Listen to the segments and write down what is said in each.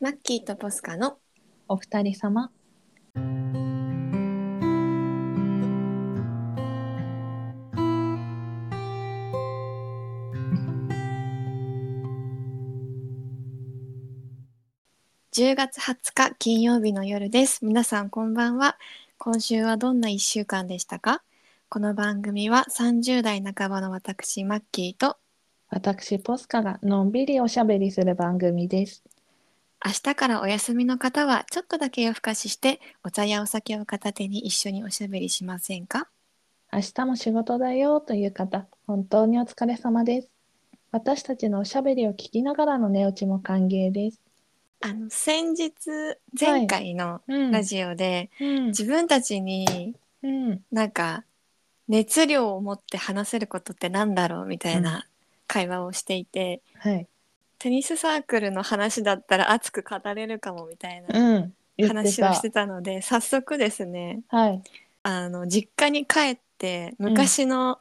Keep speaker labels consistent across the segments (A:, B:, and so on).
A: マッキーとポスカの
B: お二人様
A: 10月20日金曜日の夜です皆さんこんばんは今週はどんな1週間でしたかこの番組は30代半ばの私マッキーと
B: 私ポスカがのんびりおしゃべりする番組です
A: 明日からお休みの方はちょっとだけ夜更かししてお茶やお酒を片手に一緒におしゃべりしませんか
B: 明日も仕事だよという方本当にお疲れ様です私たちのおしゃべりを聞きながらの寝落ちも歓迎です、
A: あの先日前回の
B: うん
A: ラジオで、
B: うん
A: 自分たちに
B: うん、
A: なんか熱量を持って話せることってなんだろうみたいな会話をしていて、
B: はい、
A: テニスサークルの話だったら熱く語れるかもみたいな
B: うん、言って
A: 話を
B: た
A: してたので、早速ですね
B: はい、
A: あの実家に帰って昔の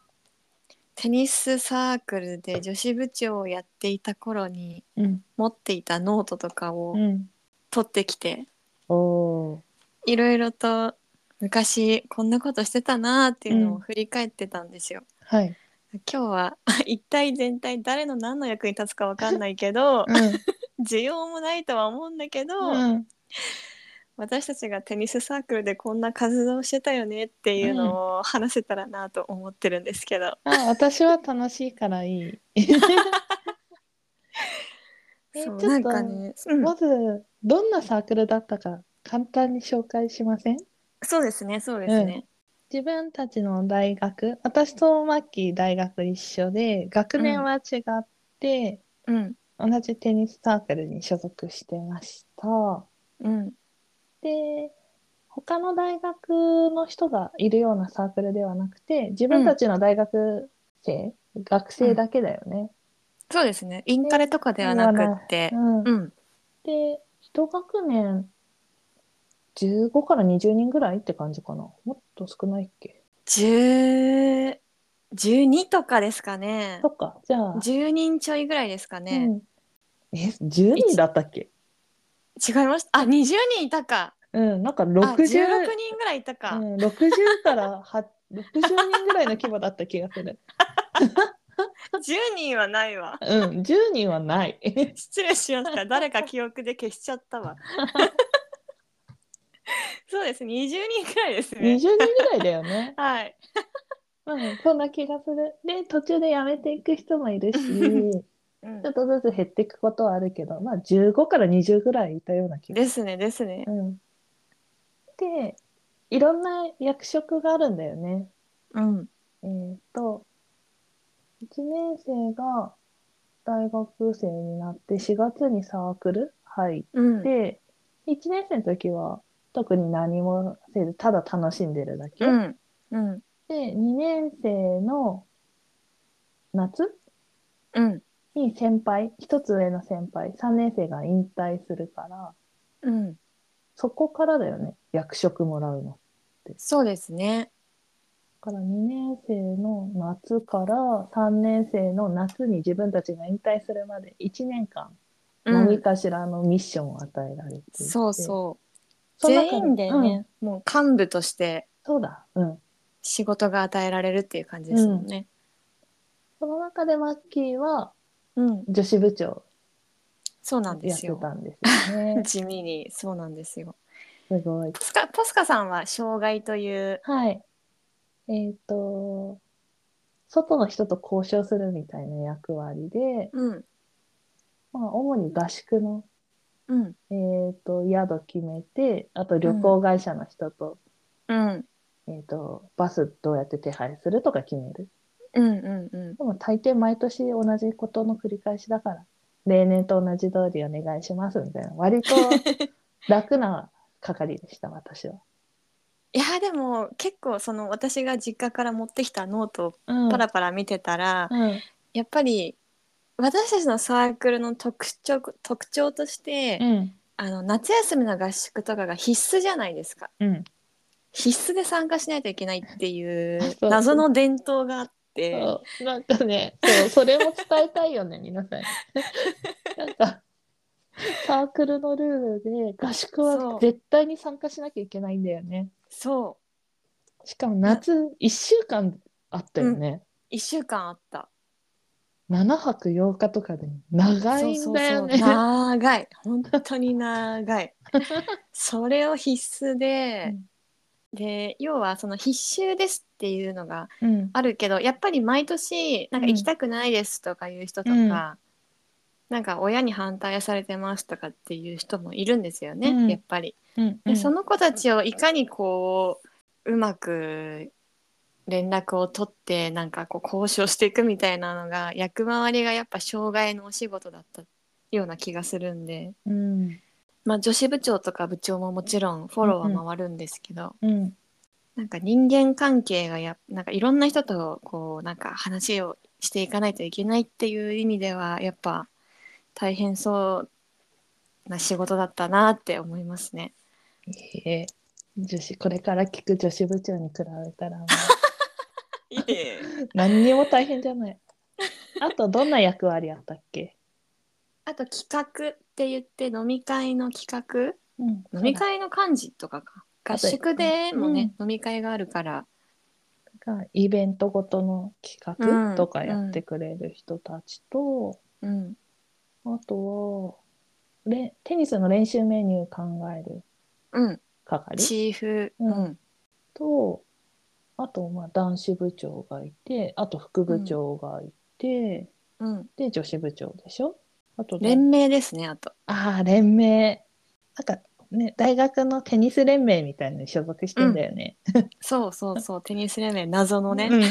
A: テニスサークルで女子部長をやっていた頃に
B: うん、
A: 持っていたノートとかを
B: うん、
A: 取ってきて、
B: おお
A: いろいろと昔こんなことしてたなーっていうのを振り返ってたんですよ。
B: ー、はい、
A: 今日は 一体全体誰の何の役に立つかわかんないけど需要もないとは思うんだけど、
B: うん、うん、
A: 私たちがテニスサークルでこんな活動してたよねっていうのを話せたらなと思ってるんですけど、
B: あ、私は楽しいからい い。え
A: そう
B: ち
A: な
B: ょっと
A: んかね、うん
B: まず、どんなサークルだったか簡単に紹介しません
A: そうですねそうですね、
B: 自分たちの大学、私とマッキー大学一緒で、学年は違って、
A: うん
B: 同じテニスサークルに所属してました。
A: うん
B: で、他の大学の人がいるようなサークルではなくて、自分たちの大学生、学生だけだよね。
A: そうですねインカレとかではなくって
B: うん
A: うん
B: で、一学年15から20人ぐらいって感じかな。もっと少ないっけ
A: 10 12とかですかね
B: そっか、じゃあ。
A: 10人ちょいぐらいですかね、
B: うん、え、10人だったっけ
A: 違いましたあ20人いたか
B: うん、なんか
A: あ16
B: 60、
A: 人ぐらいいたか、
B: うん、60からは60人ぐらいの規模だった気がする。
A: 10人はないわ
B: うん、10人 はない。
A: 失礼しました誰か記憶で消しちゃった わそうです20人くらいです
B: 20
A: ね
B: 人ぐらいだよね。
A: はい
B: うん、そんな気がする。で、途中で辞めていく人も いるし、ち
A: うん
B: ょっとずつ減っていくことはあるけど、まあ15から20ぐらいいたような気が
A: ですねですね
B: うん、でいろんな役職があるんだよね。
A: うん
B: えっ、と1年生が大学生になって4月にサークル入っ
A: うん
B: て、1年生の時は特に何もせずただ楽しんでるだけ。
A: うんうん
B: で2年生の夏
A: うん
B: に先輩1つ上の先輩3年生が引退するから
A: うん
B: そこからだよね役職もらうの。
A: そうですね
B: だから2年生の夏から3年生の夏に自分たちが引退するまで1年間
A: う
B: 何
A: ん
B: かしらのミッションを与えられていて、
A: そうそう
B: その中
A: 全員でね、もう幹部として
B: そうだうん
A: 仕事が与えられるっていう感じですもんね
B: その中でマッキーは
A: うん、
B: 女子部長
A: そうなんで
B: やっ
A: す
B: て
A: よ
B: たんですよね
A: 地味にそうなんですよ
B: すごい
A: ポスカポスカさんは障害という
B: はいえっ、と外の人と交渉するみたいな役割で、
A: うん
B: まあ、主に合宿の、
A: うん
B: えー、と宿決めてあと旅行会社の人と
A: うん
B: えっとバスどうやって手配するとか決める
A: うんうんうん
B: でも大抵毎年同じことの繰り返しだから例年と同じ通りお願いしますみたいな割 と楽な係でした私は、
A: いやでも結構その私が実家から持ってきたノート
B: うん
A: をパラパラ見てたら、
B: うん
A: やっぱり私たちのサークルの特徴特徴として、
B: うん
A: あの夏休みの合宿とかが必須じゃないですか
B: うん
A: 必須で参加しないといけないってい
B: あ
A: う
B: そう
A: 謎の伝統があって
B: そうなんかねそうそれも伝えたいよね皆さんになんかサークルのルールで合宿
A: そう
B: は絶対に参加しなきゃいけないんだよね。
A: そ
B: しかも夏1週間あったよね。
A: う1週間あった
B: 7泊8日とかで長いんだよね。
A: そうそうそう長い本当に長いそれを必須で、で要はその必修ですっていうのが
B: うん
A: あるけどやっぱり毎年なんか
B: うん
A: 行きたくないですとかいう人とか、
B: うん
A: なんか親に反対されてますとかっていう人もいるんですよね、
B: うん
A: やっぱり。
B: うんう
A: で
B: ん
A: その子たちをいかにこううまく連絡を取ってなんかこう交渉していくみたいなのが役回りがやっぱ障害のお仕事だったような気がするんで、
B: うん
A: まあ、女子部長とか部長ももちろんフォローは回るんですけど、
B: うん
A: なんか人間関係がやなんかいろんな人とこうなんか話をしていかないといけないっていう意味ではやっぱ大変そうな仕事だったなって思いますね。
B: いえ女子これから聞く女子部長に比べ たらもう何にも大変じゃない。あとどんな役割あったっけ、
A: あと企画って言って飲み会の企
B: うん
A: 画飲み会の幹事とかか合
B: あと
A: 宿でもね、飲み会があるから
B: がイベントごとの
A: う
B: 企
A: ん
B: 画とかやってくれる人たちと、
A: うん
B: あとはれテニスの練習メニュー考える
A: うん
B: 係
A: チーフう
B: うん
A: ん
B: とあとまあ男子部長がいてあと副部長がいて、
A: うん
B: で女子部長でしょあとね、
A: 連名ですねあと
B: ああ連盟なんかね大学のテニス連盟みたいなのに所属してんだよね。
A: そうそうそうテニス連盟謎のね、
B: うん
A: や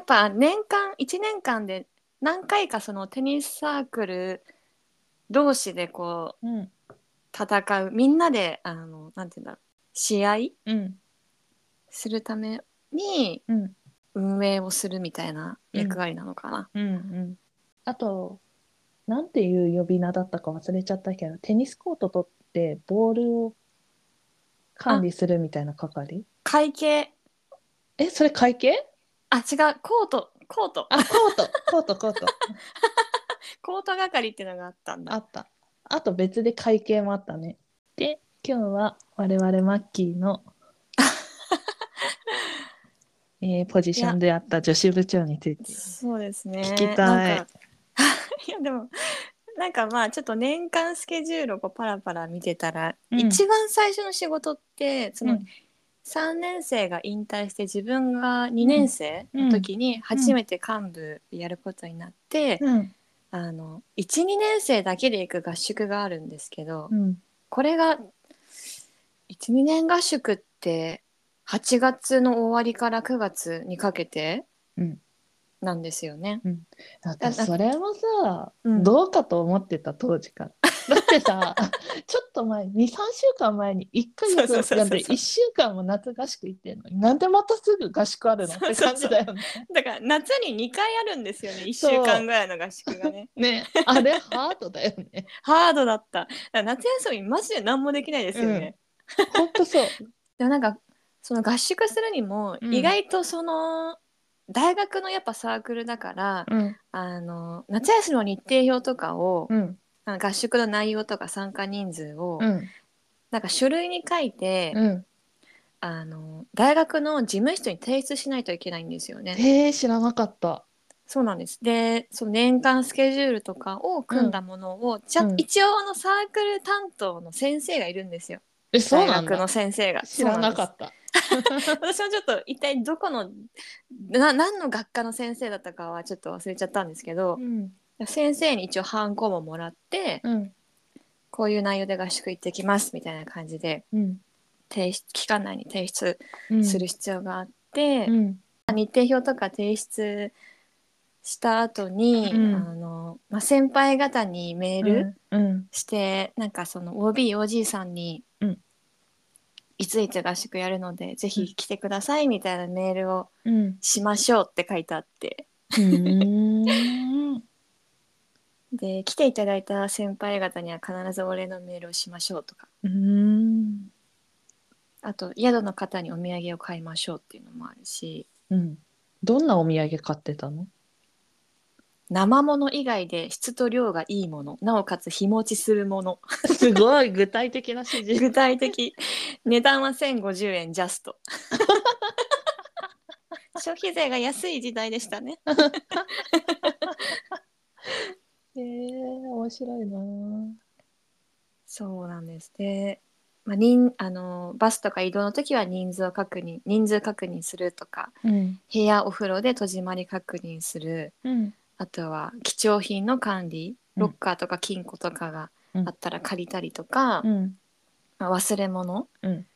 A: っぱ年間1年間で何回かそのテニスサークル同士でこう
B: うん
A: 戦うみんなであのなんて言うんだろう試合
B: うん
A: するために
B: うん
A: 運営をするみたいな役割なのかな。
B: うんうんあとなんていう呼び名だったか忘れちゃったけどテニスコート取ってボールを管理するみたいな係
A: 会計
B: えそれ会計
A: あ違うコートコート
B: あコートコートコート
A: コート係っていうのがあったん
B: あ
A: だ。
B: ったあと別で会計もあったねで今日は我々マッキー のえーポジションであった女子部長について
A: そうですね。
B: 聞きたい
A: なんか いやでもなんかまあちょっと年間スケジュールをこうパラパラ見てたら、
B: うん
A: 一番最初の仕事ってその、
B: うん
A: 3年生が引退して自分が2年生の時に初めて幹部やることになって、
B: うん
A: あの12年生だけで行く合宿があるんですけど、
B: うん
A: これが12年合宿って8月の終わりから9月にかけて
B: うん
A: なんですよね。
B: だってそれもさ、
A: うん
B: どうかと思ってた当時から。だってさ ちょっと前23週間前に1ヶ
A: そうそうそうそ
B: 月
A: う
B: なんで1週間も夏合宿行ってんのになんでまたすぐ合宿あるのっ
A: そう
B: て
A: そう
B: 感
A: そう
B: じだよね。
A: だから夏に2回あるんですよね1週
B: そう
A: 間ぐらいの合宿が ね
B: ねあれハードだよね。
A: ハードだっただから夏休みマジで何もできないですよね、
B: うんほんとそう。
A: でもなんかその合宿するにも
B: うん
A: 意外とその、大学のやっぱサークルだから
B: うん
A: あの夏休みの日程表とかを、
B: うん
A: あの合宿の内容とか参加人数を、
B: うん
A: なんか書類に書いて、
B: うん。
A: あの大学の事務室に提出しないといけないんですよね。
B: えー、知らなかった。
A: そうなんですでその年間スケジュールとかを組んだものを、ちゃ
B: うん
A: 一応あのサークル担当の先生がいるんですよ
B: えそう
A: 大
B: なん
A: 学の
B: だ。
A: 先生が。
B: 知らな
A: そうなんで
B: か
A: す
B: った。
A: 私もちょっと一体どこのな何の学科の先生だったかはちょっと忘れちゃったんですけど、
B: ん
A: 先生に一応ハンコももらって
B: うん
A: こういう内容で合宿行ってきますみたいな感じで
B: うん
A: 提出期間内に提出
B: うん。
A: する必要があって、
B: うん
A: 日程表とか提出した後に、
B: うん
A: あのまあ、先輩方にメール、
B: うん
A: してなんかその OBOG さんに、
B: うん
A: いついつ合宿やるのでぜひ来てくださいみたいなメールを
B: うん。
A: しましょうって書いてあって
B: うん。
A: で来ていただいた先輩方には必ずお礼のメールをしましょうとか
B: うん。
A: あと宿の方にお土産を買いましょうっていうのもあるし
B: うん。どんなお土産買ってたの
A: 生もの以外で質と量がいいものなおかつ日持ちするもの
B: すごい具体的な指示。
A: 具体的値段は1050円ジャスト消費税が安い時代でしたね
B: えー、面白いなぁ
A: そうなんですで、まあ、人あのバスとか移動の時は人数を確認人数確認するとか
B: うん。
A: 部屋お風呂で戸締まり確認する
B: うん。
A: あとは貴重品の管理
B: うん
A: ロッカーとか金庫とかがあったら借りたりとか、
B: うん。
A: まあ忘れ物
B: うん。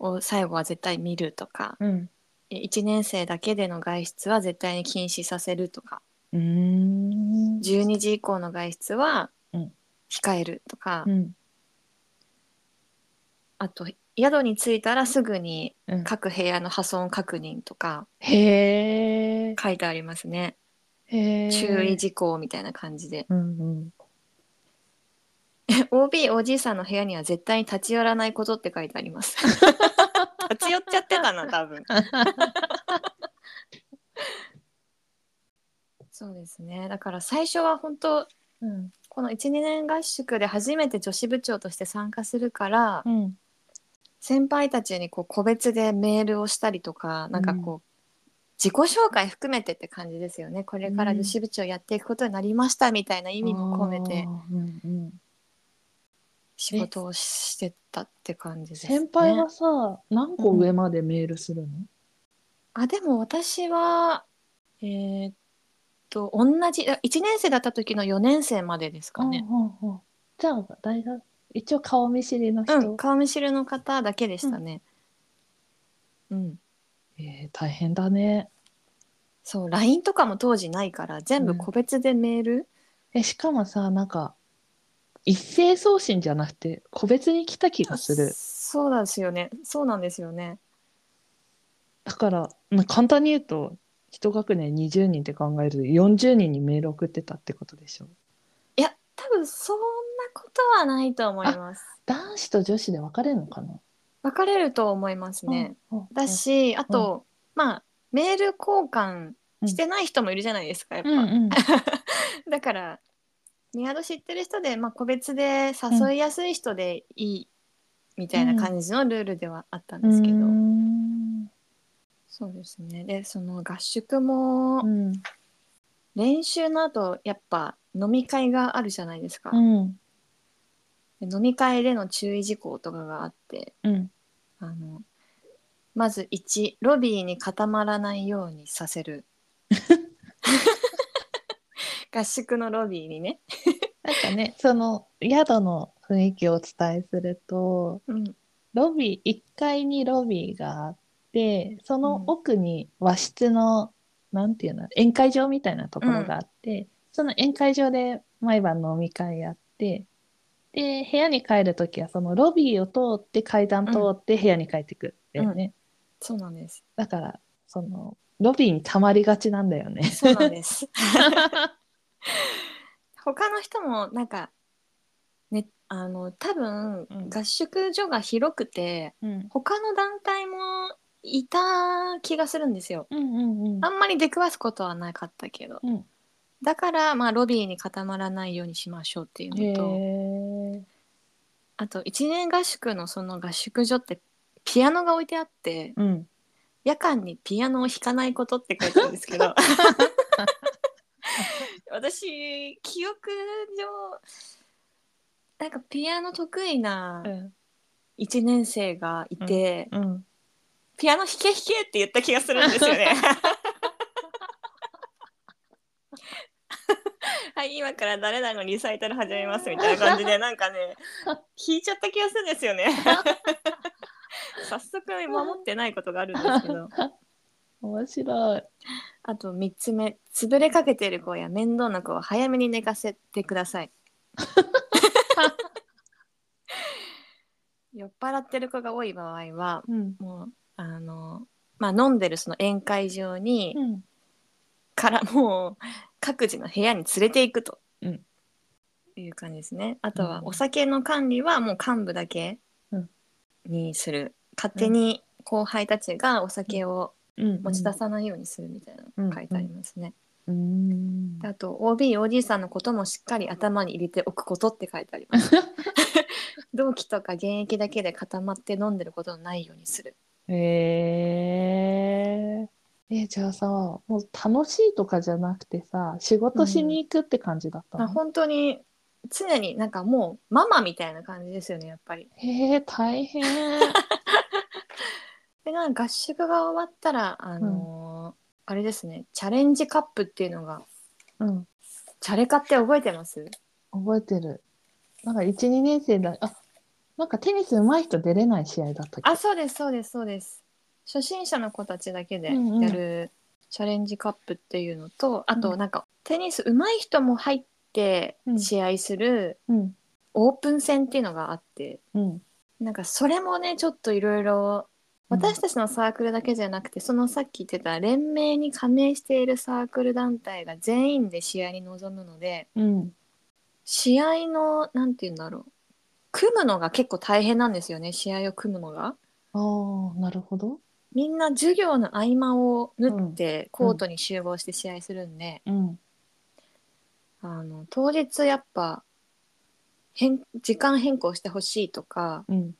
A: を最後は絶対見るとか
B: うん。
A: 1年生だけでの外出は絶対に禁止させるとか
B: うん。
A: 12時以降の外出は
B: うん
A: 控えるとか、
B: うん。
A: あと宿に着いたらすぐに
B: うん。
A: 各部屋の破損確認とか
B: へえ。
A: 書いてありますね、
B: へえ。
A: 注意。事項みたいな感じで
B: うんうん。
A: OB おじいさんの部屋には絶対に立ち寄らないことって書いてあります 立ち寄っちゃってたな多分 そうですねだから最初は本当
B: うん。
A: この12年合宿で初めて女子部長として参加するから、
B: うん。
A: 先輩たちにこう個別でメールをしたりとかなんかこう、自己紹介含めてって感じですよねこれから女子部長やっていくことになりましたみたいな意味も込めて
B: あー。うんうん。
A: 仕事をしてたって感じです、ね。
B: 先輩はさ、何個上までメールするの
A: あでも私はえーっと同じあ1年生だった時の4年生までですかね。
B: うんうんうんじゃあ、大学、一応顔見知りの
A: う
B: 人。
A: ん、顔見知りの方だけでしたね。うん、
B: えー、大変だね。
A: そう LINE とかも当時ないから全部個別でメール、
B: え、しかもさ、なんか、一斉送信じゃなくて、個別に来た気がする。
A: そうなんですよね。そうなんですよね。
B: だから、まあ、簡単に言うと、一学年20人って考えると、40人にメール送ってたってことでしょ。
A: いや、多分そんなことはないと思います。
B: 男子と女子で分かれるのかな
A: 分かれると思いますね。。
B: うんうん
A: だし、あと、まあ、メール交換してない人もいるじゃないですか、やっ
B: う
A: ぱ。
B: んうん。
A: だから、ニアド知ってる人で、まあ、個別で誘いやすい人でいい、みたいな感じのルールではあったんですけど、
B: うーん
A: そうですね。で、その合宿も、
B: うん。
A: 練習の後、やっぱ飲み会があるじゃないですか。
B: うん。
A: で飲み会での注意事項とかがあって
B: うん。
A: あのまず1ロビーに固まらないようにさせ る合宿のロビーにね、
B: なんかね、その宿の雰囲気をお伝えすると、
A: うん、
B: ロビー、1階にロビーがあって、その奥に和室の、なんていうの、宴会場みたいなところがあって、その宴会場で毎晩飲み会やって、で、部屋に帰るときは、そのロビーを通って階段通って部屋に帰ってくってね。
A: そうなんです
B: だから、その、ロビーに溜まりがちなんだよね。
A: そうなんです他の人もなんかねあの多分
B: うん
A: 合宿所が広くて
B: うん。
A: 他の団体もいた気がするんですよ
B: うんうんうん
A: あんまり出くわすことはなかったけど
B: うん。
A: だから、まあ、ロビーに固まらないようにしましょうっていうのと
B: へえ。
A: あと一年合宿のその合宿所ってピアノが置いてあって
B: うん。
A: 夜間にピアノを弾かないことって書いてあるんですけど 私記憶上なんかピアノ得意な
B: うん。
A: 1年生がいて、
B: うん。
A: ピアノ弾け弾けって言った気がするんですよね。 はい、今から誰々のリサイタル始めますみたいな感じで、なんかね、弾いちゃった気がするんですよ ね。早速守ってないことがあるんですけど。
B: 面白い。
A: あと3つ目、潰れかけてる子や面倒な子は早めに寝かせてくだ さい。酔っ払ってる子が多い場合は、
B: うん。
A: もうあのまあ飲んでるその宴会場に、
B: うん。
A: からもう各自の部屋に連れていくと、
B: うん
A: いう感じですねあとは
B: うん
A: お酒の管理はもう幹部だけ
B: うん
A: にする、勝手に後輩たちがお酒を
B: うん
A: 持ち出さないようにするみたいな
B: うん
A: の書いてありますね、
B: うん
A: あと OB、OD さんのこともしっかり頭に入れておくことって書いてあり ます。同期とか現役だけで固まって飲んでることのないようにする。
B: へええじゃあさもう楽しいとかじゃなくてさ仕事しに行くって感じだった
A: まあ、
B: の、
A: 本当に常になんかもうママみたいな感じですよね、やっぱり。
B: へえ大変
A: で、なんか合宿が終わったら、あのーあれですね、チャレンジカップっていうのが、
B: うん
A: チャレカって覚えてます
B: 覚えてるなんか12年生だあなんかテニス上手い人出れない試合だったっけ
A: あ、そうです、そうです、そうです。初心者の子たちだけでやるチャレンジカップっていうのと、あ
B: う
A: と
B: ん
A: なんかテニス上手い人も入って
B: うん
A: 試合する
B: うん
A: オープン戦っていうのがあって、
B: うん
A: なんかそれもね、ちょっといろいろ私たちのサークルだけじゃなくて、そのさっき言ってた連盟に加盟しているサークル団体が全員で試合に臨むので、
B: うん
A: 試合の、なんて言うんだろう。組むのが結構大変なんですよね、試合を組むのが。
B: ああなるほど
A: みんな授業の合間を縫ってコートに集合して試合するんで、
B: うん
A: あの当日やっぱ変時間変更してほしいとか
B: うん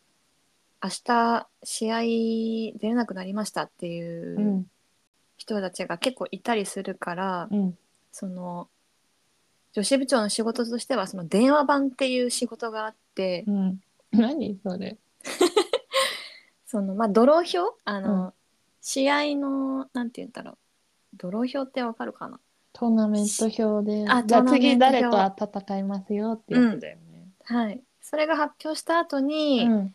A: 明日試合出れなくなりましたっていううん人たちが結構いたりするから、
B: うん
A: その女子部長の仕事としてはその電話番っていう仕事があって、
B: うん何それ
A: そのまあドロー表あの、
B: う
A: 試合のなんて言うんだろうドロー表ってわかるかな
B: トーナメント表で
A: あ
B: じゃあ
A: トーナメ
B: 次
A: ント表
B: 誰と戦いますよってやつだよね、
A: はい、それが発表した後
B: う
A: に、
B: ん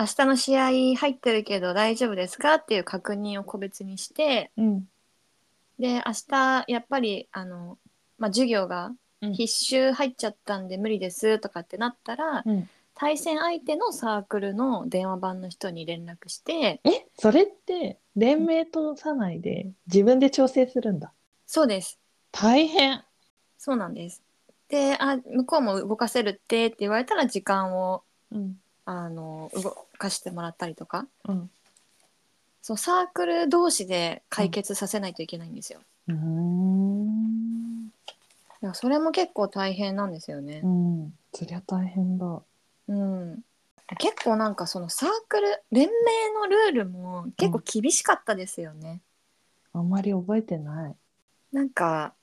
A: 明日の試合入ってるけど大丈夫ですかっていう確認を個別にして
B: うん
A: で明日やっぱりあの、まあ、授業が
B: うん
A: 必修入っちゃったんで無理ですとかってなったら、
B: うん
A: 対戦相手のサークルの電話番の人に連絡して
B: えそれって連盟と社内で自分で調整するんだ
A: そうです
B: 大変
A: そうなんですであ向こうも動かせるってって言われたら時間を
B: うん
A: あの動かしてもらったりとか
B: うん
A: そうサークル同士で解決させないといけないんですよ。
B: うーん
A: いやそれも結構大変なんですよね
B: う。んそりゃ大変だ
A: うん、結構なんかそのサークル連盟のルールも結構厳しかったですよね。
B: あんまり覚えてない
A: なんか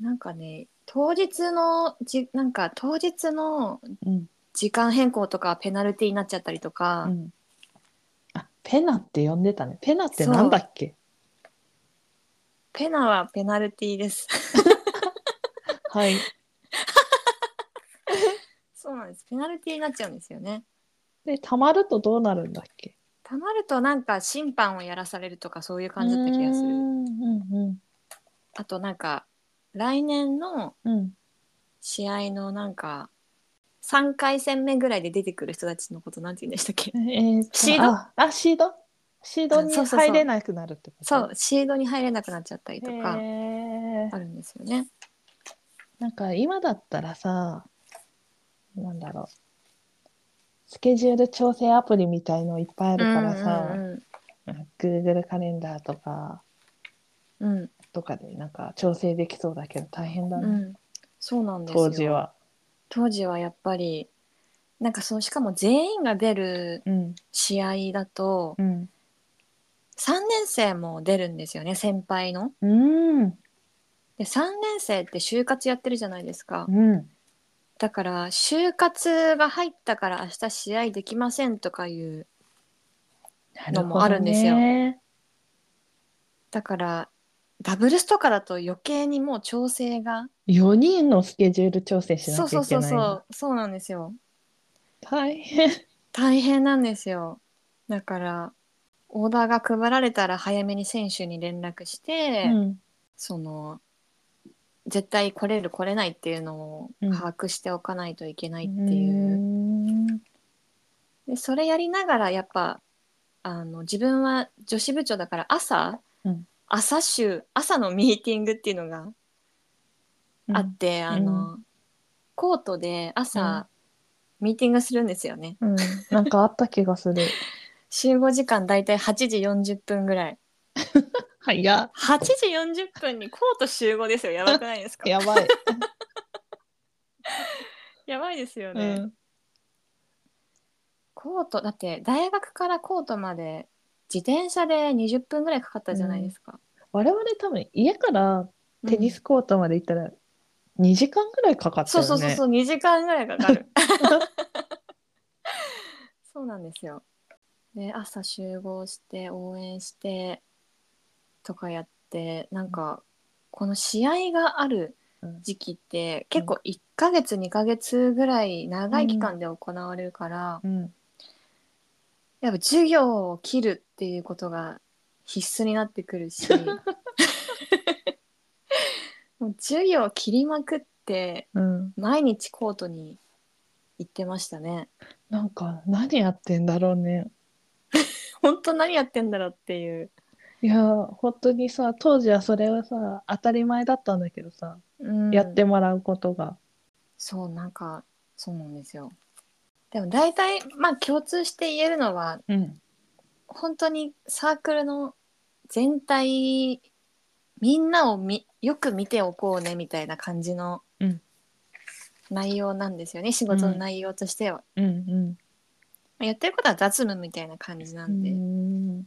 A: なんかね当日のじなんか当日の
B: うん
A: 時間変更とかペナルティーになっちゃったりとか、
B: うんあペナって呼んでたねペナってなんだっけ
A: ペナはペナルティーです。
B: はい
A: そうなんですペナルティーになっちゃうんですよね。
B: でたまるとどうなるんだっけ
A: たまるとなんか審判をやらされるとかそういう感じだった気がす
B: う
A: る。
B: ーんうん
A: あとなんか来年の
B: うんうん
A: 試合のなんか3回戦目ぐらいで出てくる人たちのことなんて言うんでしたっ け
B: えーと
A: シード
B: ああシードシードに
A: あそうそうそう
B: 入れなくなるってこと
A: そうシードに入れなくなっちゃったりとか
B: へー
A: あるんですよね。
B: なんか今だったらさなんだろうスケジュール調整アプリみたいのいっぱいあるからさ、
A: うんうん
B: Google カレンダーとか
A: うんうん
B: とかでなんか調整できそうだけど大変だ
A: う
B: ね、
A: んそうなんですよ
B: 当時は。
A: 当時はやっぱりなんかそうしかも全員が出る
B: うん
A: 試合だと
B: うん
A: 3年生も出るんですよね先輩の。
B: うん
A: で3年生って就活やってるじゃないですか。
B: うん
A: だから就活が入ったから明日試合できませんとかいうのもあるんですよ
B: な
A: だからダブルスとかだと余計にもう調整が
B: るほどね4人のスケジュール調整しなきゃ
A: そ
B: いうけな
A: そ
B: いう
A: そうそうそうなんですよ
B: 大変
A: 大変なんですよだからオーダーが配られたら早めに選手に連絡して、
B: うん
A: その絶対来れる来れないっていうのを
B: うん
A: 把握しておかないといけないって
B: う
A: いう、
B: ん
A: でそれやりながらやっぱあの自分は女子部長だから朝、
B: うん
A: 朝集朝のミーティングっていうのがあって、あの、コートで朝、ミーティングするんですよね。
B: うん、なん かあった気がする。
A: 集合時間だいたい8時40分ぐらい。
B: 早っ
A: 8時40分にコート集合ですよ。やばくないですかや
B: やば い。
A: ばいですよ
B: う
A: ね。
B: ん、
A: コート、だって大学からコートまで自転車で20分ぐらいかかったじゃないですか。
B: 我々多分家からテニスコートまで行ったら2時間ぐらいかかった
A: そ
B: よ
A: う
B: ね。
A: そうそうそう、2時間ぐらいかかる。 そうなんですよ。で、朝集合して、応援して、とかやって、なんか、この試合がある時期って、結構1ヶ月、2ヶ月ぐらい長い期間で行われるから、
B: うん
A: やっぱ授業を切るっていうことが必須になってくる し、もう授業を切りまくって、
B: うん、
A: 毎日コートに行ってましたね。
B: なんか何やってんだろうね。
A: 本当何やってんだろうっていう。
B: いやー本当にさ当時はそれはさ当たり前だったんだけどさ、
A: うん
B: やってもらうことが。
A: そうなんかそうなんですよ。でも大体まあ共通して言えるのは
B: うん
A: 本当にサークルの全体みんなをみよく見ておこうねみたいな感じの
B: うん
A: 内容なんですよね、仕事の内容としては。
B: うんうん
A: まあやってることは雑務みたいな感じな
B: うん
A: で、
B: ん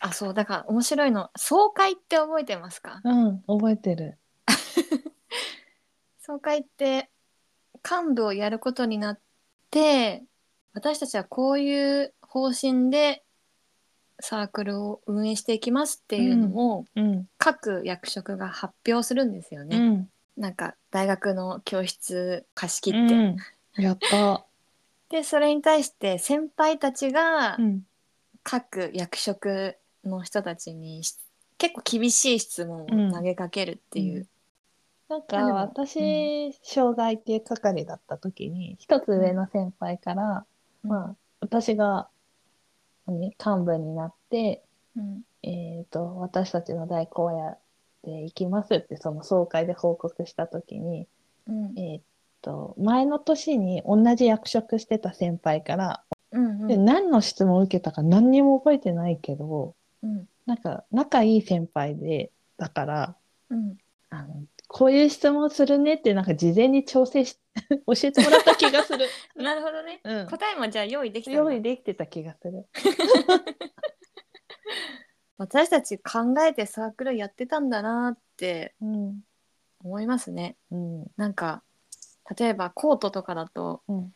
A: あそうだから面白いの爽快って覚えてますか
B: うん覚えてる。
A: 総会って幹部をやることになって私たちはこういう方針でサークルを運営していきますっていうのを
B: うん
A: 各役職が発表するんですよ
B: う
A: ね。
B: ん
A: なんか大学の教室貸し切って、
B: うんやった。
A: でそれに対して先輩たちが
B: うん
A: 各役職の人たちにし結構厳しい質問を投げかけるっていう。
B: なん
A: あ
B: か
A: でも
B: 私、障害系係だった時に一つ上の先輩から、まあ私が何幹部になって、
A: うん
B: えー、と私たちの代行やっていきますってその総会で報告した時に、
A: うん
B: えー、と前の年に同じ役職してた先輩から、
A: うんうん
B: で何の質問を受けたか何にも覚えてないけど
A: うん
B: なんか仲いい先輩でだから
A: うん
B: あの、こういう質問するねって、なんか事前に調整し、 教えてもらった気が する。
A: なるほどね。
B: うん。
A: 答えもじゃあ用意できたんだ
B: 用意できてた気がする。
A: 私たち考えてサークルやってたんだなって
B: うん。
A: 思いますね。
B: うん。
A: なんか例えばコートとかだと
B: うん。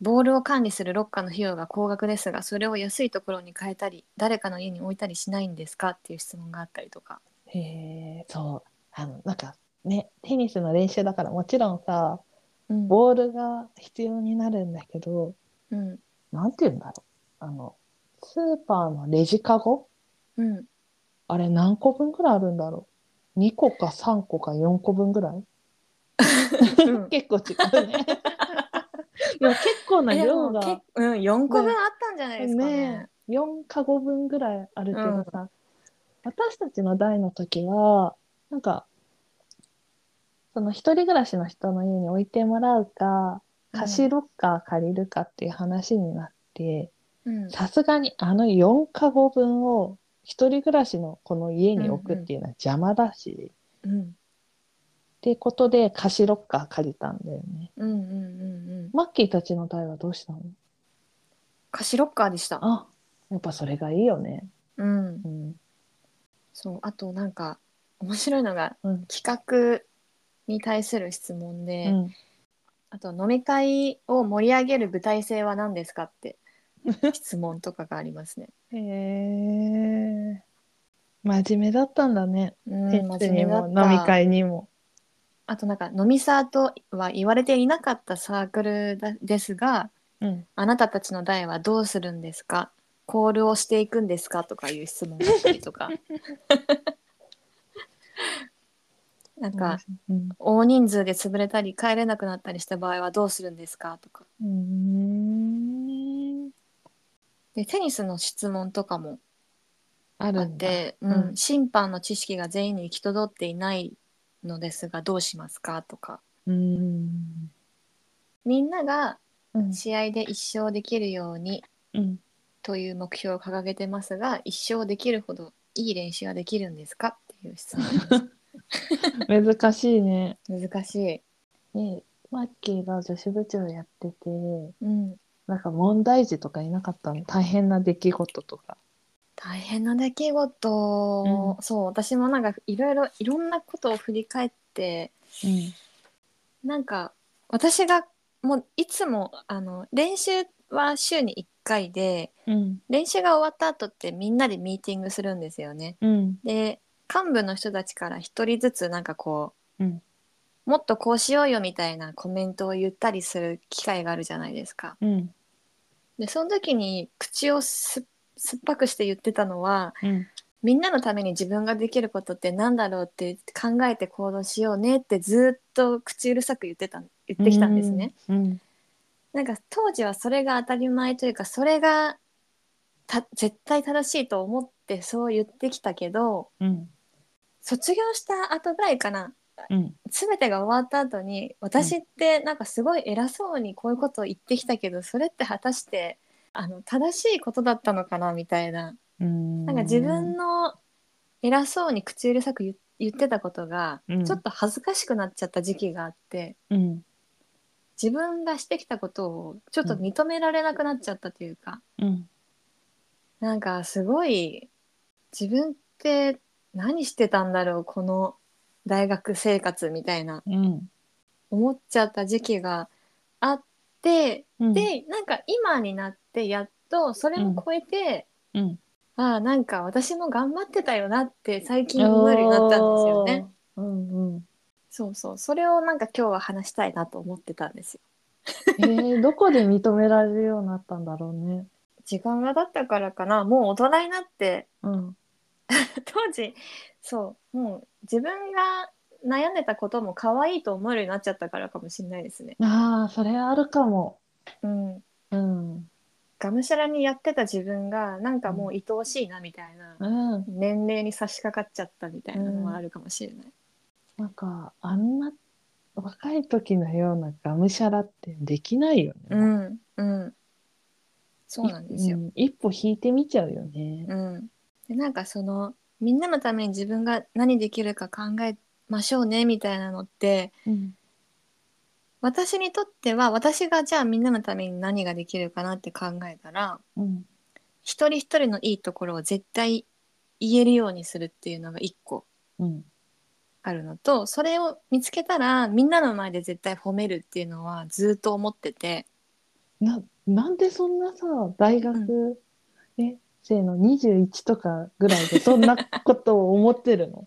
A: ボールを管理するロッカーの費用が高額ですがそれを安いところに変えたり誰かの家に置いたりしないんですかっていう質問があったりとか。
B: へえ、そう。あの、なんか、ね、テニスの練習だから、もちろんさ、
A: うん
B: ボールが必要になるんだけど、
A: うん
B: なんて言うんだろう。あの、スーパーのレジカゴ
A: うん、
B: あれ何個分くらいあるんだろう。2個か3個か4個分ぐらい
A: うん
B: 結構違うね。でも結構な
A: えでも
B: 量が。
A: 結構うん、4個分あったんじゃないですかね。
B: ね4か5分ぐらいあるけどさ、私たちの代の時はなんかその一人暮らしの人の家に置いてもらうか貸しロッカー借りるかっていう話になって
A: うん
B: さすがにあの4か5分を一人暮らしのこの家に置くっていうのは邪魔だし、っ
A: うん
B: てことで貸しロッカー借りたんだよね。
A: うんうんうんうん。
B: マッキーたちの代はどうしたの
A: 貸しロッカーでした。
B: あやっぱそれがいいよね。
A: うん
B: うん、
A: そうあとなんか面白いのが、
B: うん
A: 企画に対する質問で、
B: うん
A: あと飲み会を盛り上げる具体性は何ですかって 質問とかがありますね。
B: へえ。真面目だったんだね。
A: うん
B: テニスに
A: 真
B: も
A: 面目だ
B: 飲
A: った
B: み会にも。
A: あとなんか飲みサーとは言われていなかったサークルだですが
B: うん。
A: あなたたちの代はどうするんですかコールをしていくんですかとかいう質問だったりとか なんか、
B: うん。
A: 大人数で潰れたり帰れなくなったりした場合はどうするんですかとか
B: うん。
A: でテニスの質問とかも
B: あ
A: あ
B: る
A: っ
B: んだ。
A: て、
B: ん
A: う
B: だ
A: ん
B: うん
A: 審判の知識が全員に行き届っていないのですがどうしますかとか
B: うん。
A: みんなが
B: うん。
A: 試合で一勝できるように
B: うん。
A: という目標を掲げてますが一勝できるほどいい練習はできるんですかっていう 質問
B: 難しいね。
A: 難しい、
B: で、マッキーが女子部長やってて、
A: うん、
B: なんか問題児とかいなかったの大変な出来事とか。
A: 大変な出来事、そう私もなんかいろいろいろんなことを振り返って
B: うん。
A: なんか私がもういつもあの練習は週に1回で
B: うん。
A: 練習が終わった後ってみんなでミーティングするんですよね。
B: うん。
A: で幹部の人たちから一人ずつなんかこう、
B: うん
A: もっとこうしようよみたいなコメントを言ったりする機会があるじゃないですか。
B: うん。
A: でその時に口をす酸っぱくして言ってたのは
B: うん。
A: みんなのために自分ができることってなんだろうって考えて行動しようねってずっと口うるさく言ってた言ってきたんですね。。
B: うん。
A: なんか当時はそれが当たり前というかそれがた絶対正しいと思ってそう言ってきたけど
B: うん。
A: 卒業した後ぐらいかな
B: うん。
A: 全てが終わった後に私ってなんかすごい偉そうにこういうことを言ってきたけどそれって果たしてあの正しいことだったのかなみたいな
B: うん。
A: なんか自分の偉そうに口うるさく言言ってたことが
B: うん
A: ちょっと恥ずかしくなっちゃった時期があって
B: うん。
A: 自分がしてきたことをちょっと
B: うん
A: 認められなくなっちゃったというか、
B: うん。
A: なんかすごい自分って何してたんだろうこの大学生活みたいな
B: うん。
A: 思っちゃった時期があって、
B: うん。
A: でなんか今になってやっとそれも超えて、
B: うん。
A: ああなんか私も頑張ってたよなって最近思えるようになったんですよね。
B: おー。うんうん。
A: そうそうそれをなんか今日は話したいなと思ってたんですよ。
B: えー、どこで認められるようになったんだろうね。
A: 時間が経ったからかなもう大人になって
B: うん。
A: 当時そうもう自分が悩んでたことも可愛いと思えるようになっちゃったからかもしれないですね。
B: ああ、それあるかも。
A: うん
B: うん。
A: がむしゃらにやってた自分がなんかもう愛おしいなみたいな、
B: うん。
A: 年齢に差し掛かっちゃったみたいなのはあるかもしれない。
B: なんか、あんな若い時のようながむしゃらってできないよね。
A: うん、うん、そうなんですよ。
B: うん一歩引いてみちゃうよね。
A: うん、でなんかそのみんなのために自分が何できるか考えましょうねみたいなのって
B: うん。
A: 私にとっては私がじゃあみんなのために何ができるかなって考えたら
B: うん。
A: 一人一人のいいところを絶対言えるようにするっていうのが一個
B: うん。
A: あるのとそれを見つけたらみんなの前で絶対褒めるっていうのはずっと思ってて。
B: な、なんでそんなさ、大学、え、生の21とかぐらいでそんなことを思ってるの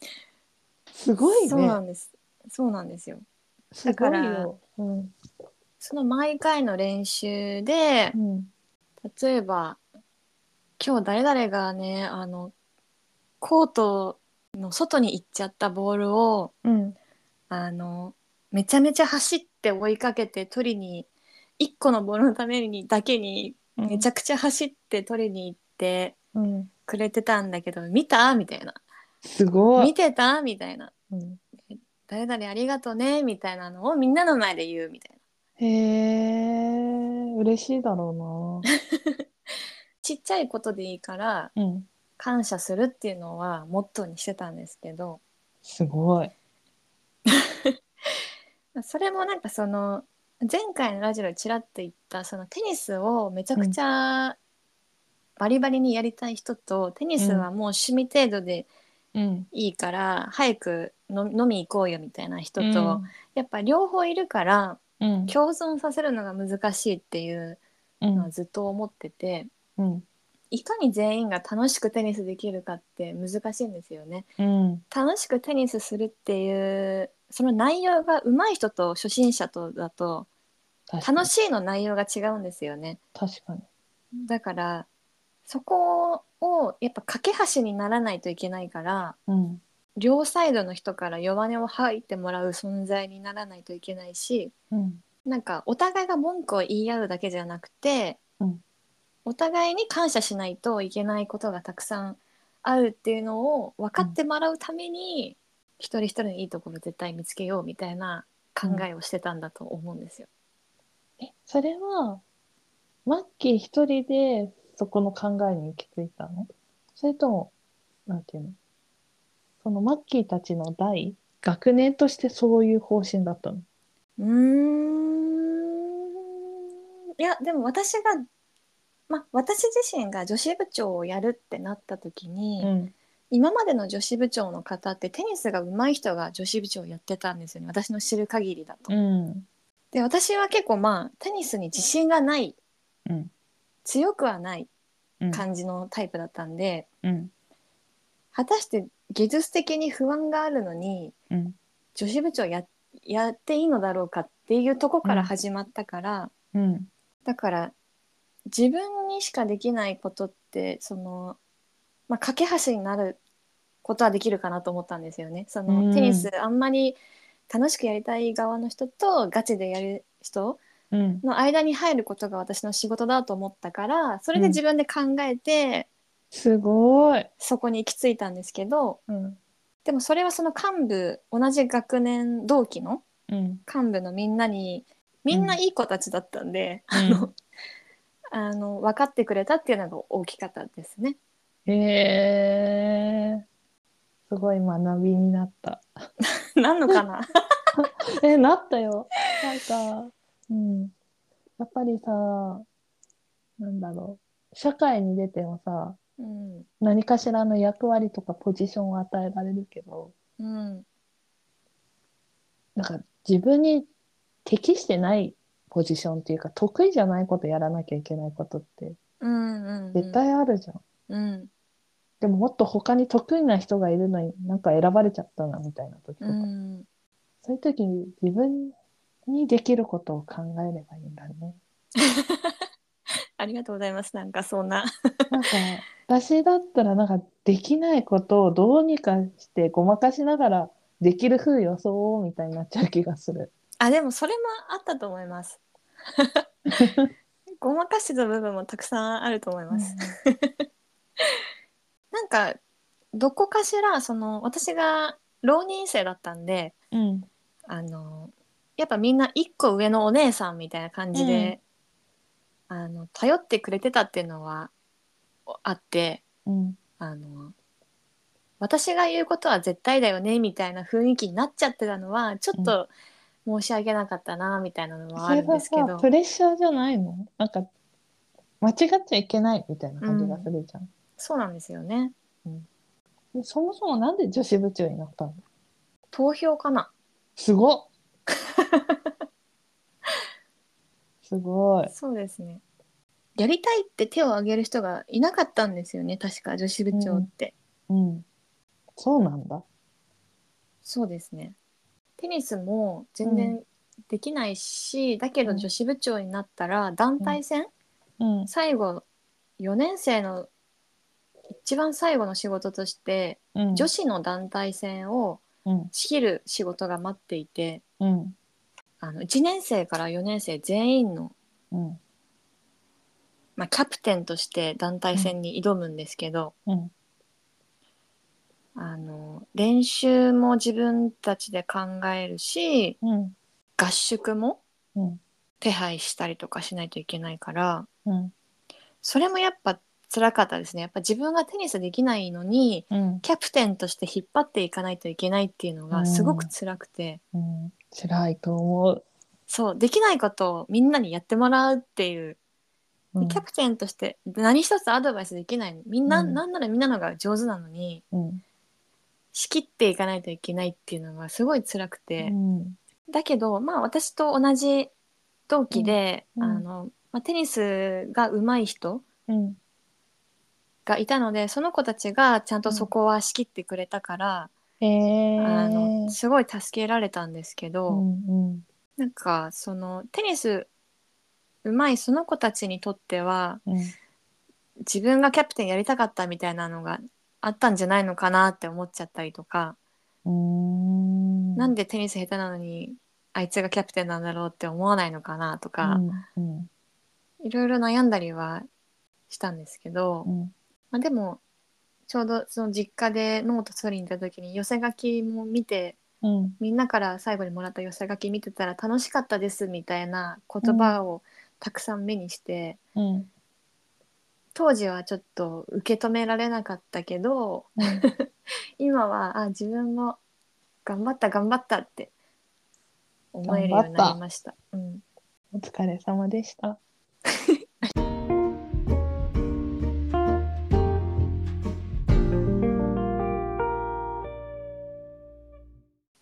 B: すごい
A: そうな
B: ね。
A: んですそうなんですよ
B: すご
A: だ
B: い
A: から
B: よ。うん。
A: その毎回の練習で
B: うん。
A: 例えば今日誰々がねあのコートの外に行っちゃったボールを
B: うん。
A: あのめちゃめちゃ走って追いかけて取りに1個のボールのためにだけにめちゃくちゃ走って取りに行って
B: うん。
A: くれてたんだけど見たみたいな
B: すごい
A: 見。てたみたいな
B: うん
A: 誰々ありがとうねみたいなのをみんなの前で言うみたいな
B: へえ、嬉しいだろ
A: ちっちゃいことでいいから
B: うな。うん。
A: 感謝するっていうのはモットーにしてたんですけど
B: すごい。
A: それもなんかその前回のラジオでちらっと言ったそのテニスをめちゃくちゃバリバリにやりたい人と、テニスはもう趣味程度で
B: うん。
A: いいから早くの飲み行こうよみたいな人
B: 人
A: と、
B: と、
A: やっぱ両方いるから
B: うん
A: 共存させるのが難しいっていう
B: う
A: のは
B: ん。
A: ずっと思ってて、
B: うん。
A: いかに全員が楽しくテニスできるかって難しいんですよね。
B: うん。
A: 楽しくテニスするっていうその内容が上手い人と初心者とだと
B: 確かに
A: 楽しいの内容が違うんですよね
B: 確かに。
A: だからそこをやっぱ架け橋にならないといけないから
B: うん。
A: 両サイドの人から弱音を吐いてもらう存在にならないといけないし
B: うん。
A: なんかお互いが文句を言い合うだけじゃなくて、
B: うん
A: お互いに感謝しないといけないことがたくさんあるっていうのを分かってもらうために、一人一人のいいところ絶対見つけようみたいな考えをしてたんだと思うんですよ。
B: え、それは、マッキー一人でそこの考えに行き着いたのそれとも、なんていうのそのマッキーたちの代、学年としてそういう方針だったの。
A: うーんいやでも私が、ま、私自身が女子部長をやるってなった時に、
B: ん。
A: 今までの女子部長の方ってテニスが上手い人が女子部長をやってたんですよね私の知る限りだと。
B: うん。
A: で私は結構まあテニスに自信がない
B: うん。
A: 強くはない
B: うん。
A: 感じのタイプだったんで、
B: うん。
A: 果たして技術的に不安があるのに
B: うん。
A: 女子部長ややっていいのだろうかっていうとこから始まったから、
B: うん。
A: だから自分にしかできないことってその、まあ、架け橋になることはできるかなと思ったんですよね。その、
B: うん
A: テニスあんまり楽しくやりたい側の人とガチでやる人
B: うん。
A: の間に入ることが私の仕事だと思ったからそれで自分で考えて
B: すごい。
A: そこに行き着いたんですけど、
B: うん。
A: でもそれはその幹部同じ学年同期の
B: うん。
A: 幹部のみんなにみんないい子たちだったんで、
B: うん
A: あのあの分かってくれたっていうのが大きかったですね。
B: へえ。すごい学びになった。
A: なんのか な
B: え、なったよ。なんか、うん。やっぱりさ、なんだろう。社会に出てもさ、
A: うん、
B: 何かしらの役割とかポジションを与えられるけど、
A: うん、
B: なんか自分に適してないポジションっていうか、得意じゃないことやらなきゃいけないことって
A: うん、うん、
B: 絶対あるじゃん。
A: うん、
B: でももっと他に得意な人がいるのになんか選ばれちゃったなみたいな時と
A: う
B: か、
A: ん、
B: そういう時に自分にできることを考えればいいんだね。
A: ありがとうございます。なんかそんな、
B: なんか私だったらなんかできないことをどうにかしてごまかしながらできる風装おうみたいになっちゃう気がする。
A: あ、でもそれもあったと思い ます。ごまかしてた部分もたくさんあると思います。なんかどこかしらその私が浪人生だったんで、
B: うん、
A: あのやっぱみんな一個上のお姉さんみたいな感じで、あの頼ってくれてたっていうのはおあって
B: うん、
A: あの私が言うことは絶対だよねみたいな雰囲気になっちゃってたのはちょっと申し訳なかったなみたいなのは
B: そ
A: あ
B: れ
A: るん
B: が
A: ですけ
B: さ
A: ど
B: プレッシャーじゃないのなんか間違っちゃいけないみたいな感じがするじゃん。
A: そうなんですよね
B: でそもそもなんで女子部長になったの
A: 投票かな
B: すごっすごい。
A: そうですねやりたいって手を挙げる人がいなかったんですよね確か女子部長って、
B: うん。そうなんだ。
A: そうですね。テニスも全然できないし、だけ
B: う
A: ど
B: ん
A: 女子部長になったら団体戦、
B: うん。
A: 最後4年生の一番最後の仕事として、
B: うん、
A: 女子の団体戦を
B: うん。
A: 仕切る仕事が待っていて
B: うん。
A: あの1年生から4年生全員の、
B: うん。
A: まあ、キャプテンとして団体戦に挑むんですけど、
B: うん。
A: あの練習も自分たちで考えるし
B: うん。
A: 合宿も
B: うん。
A: 手配したりとかしないといけないから
B: うん。
A: それもやっぱ辛かったですねやっぱ自分がテニスできないのに
B: うん。
A: キャプテンとして引っ張っていかないといけないっていうのがすごく辛くて、
B: うん。辛いと思う。
A: そうできないことをみんなにやってもらうっていう、
B: うん
A: キャプテンとして何一つアドバイスできないみんな、
B: うん
A: なんならみんなのが上手なのに
B: うん。
A: 仕切っていかないといけないっていうのがすごい辛くて、
B: うん。
A: だけどまあ私と同じ同期で、
B: うんうん
A: あのまあ、テニスが上手い人
B: うん。
A: がいたのでその子たちがちゃんとそこは仕切ってくれたから、
B: へえー。
A: あのすごい助けられたんですけど、
B: うん。うん。
A: なんかそのテニス上手いその子たちにとっては
B: うん。
A: 自分がキャプテンやりたかったみたいなのがあったんじゃないのかなって思っちゃったりとか、
B: うーん。
A: なんでテニス下手なのにあいつがキャプテンなんだろうって思わないのかなと
B: う
A: か、
B: ん。うん。
A: いろいろ悩んだりはしたんですけど、
B: うん。
A: まあ、でもちょうどその実家でノート取りに行った時に寄せ書きも見て
B: うん。
A: みんなから最後にもらった寄せ書き見てたら楽しかったですみたいな言葉をたくさん目にして、
B: うん。
A: 当時はちょっと受け止められなかったけど、
B: うん
A: 今はあ自分も頑張った頑張ったって思えるようになりました。うん、
B: お疲れ様でした。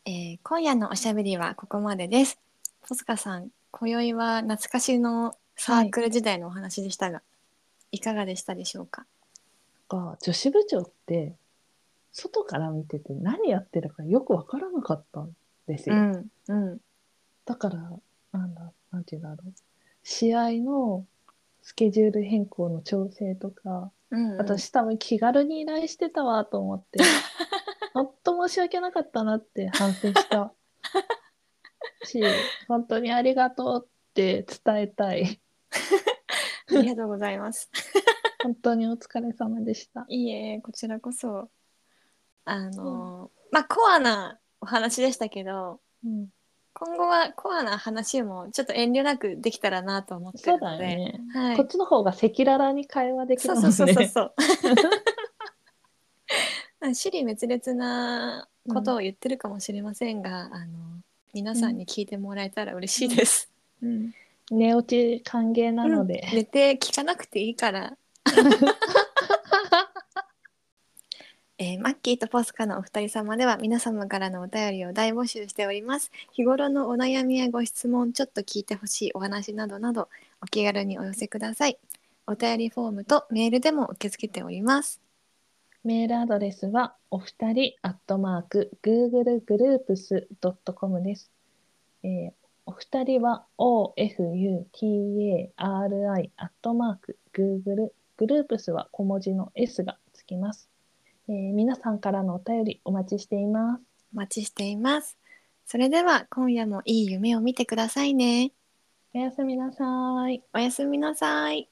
A: えー今夜のおしゃべりはここまでです。ポスカさん、今宵は懐かしのサークル時代のお話でしたが、い、かがでしたでしょうか。
B: が女子部長って外から見てて何やってるかよくわからなかったんです
A: う
B: よ。
A: ん、うん、
B: だからなんだなんていうんだろう試合のスケジュール変更の調整とか、
A: うん、
B: 私多分気軽に依頼してたわと思ってほんと申し訳なかったなって反 省したし本当にありがとうって伝えたい
A: ありがとうございます。
B: 本当にお疲れ様でした。
A: いいえ、こちらこそ。あのー、まあ、コアなお話でしたけど、
B: うん、
A: 今後はコアな話もちょっと遠慮なくできたらなと思って
B: そ
A: る
B: うだ
A: の
B: よ
A: で、
B: ね。
A: はい
B: こっ。ちの方が赤裸々に会話でき
A: そ
B: る
A: う
B: もん
A: そう
B: ね。
A: そうそう そう。私利滅裂なことを言ってるかもしれませんが、あの皆さんに聞いてもらえたら嬉しいです。
B: うん寝落ち歓迎なので、
A: うん寝て聞かなくていい から。えーマッキーとポスカのお二人様では皆様からのお便りを大募集しております。日頃のお悩みやご質問、ちょっと聞いてほしいお話などなどお気軽にお寄せください。お便りフォームとメールでも受け付けております。
B: メールアドレスはお二人アットマーク Google グループス .com です、えーお二人は OFUTARI アットマーク Google グループスは小文字の S がつきます、えー皆さんからのお便りお待ちしています
A: お待ちしています。それでは今夜もいい夢を見てくださいね。
B: おやすみなさい
A: おやすみなさい。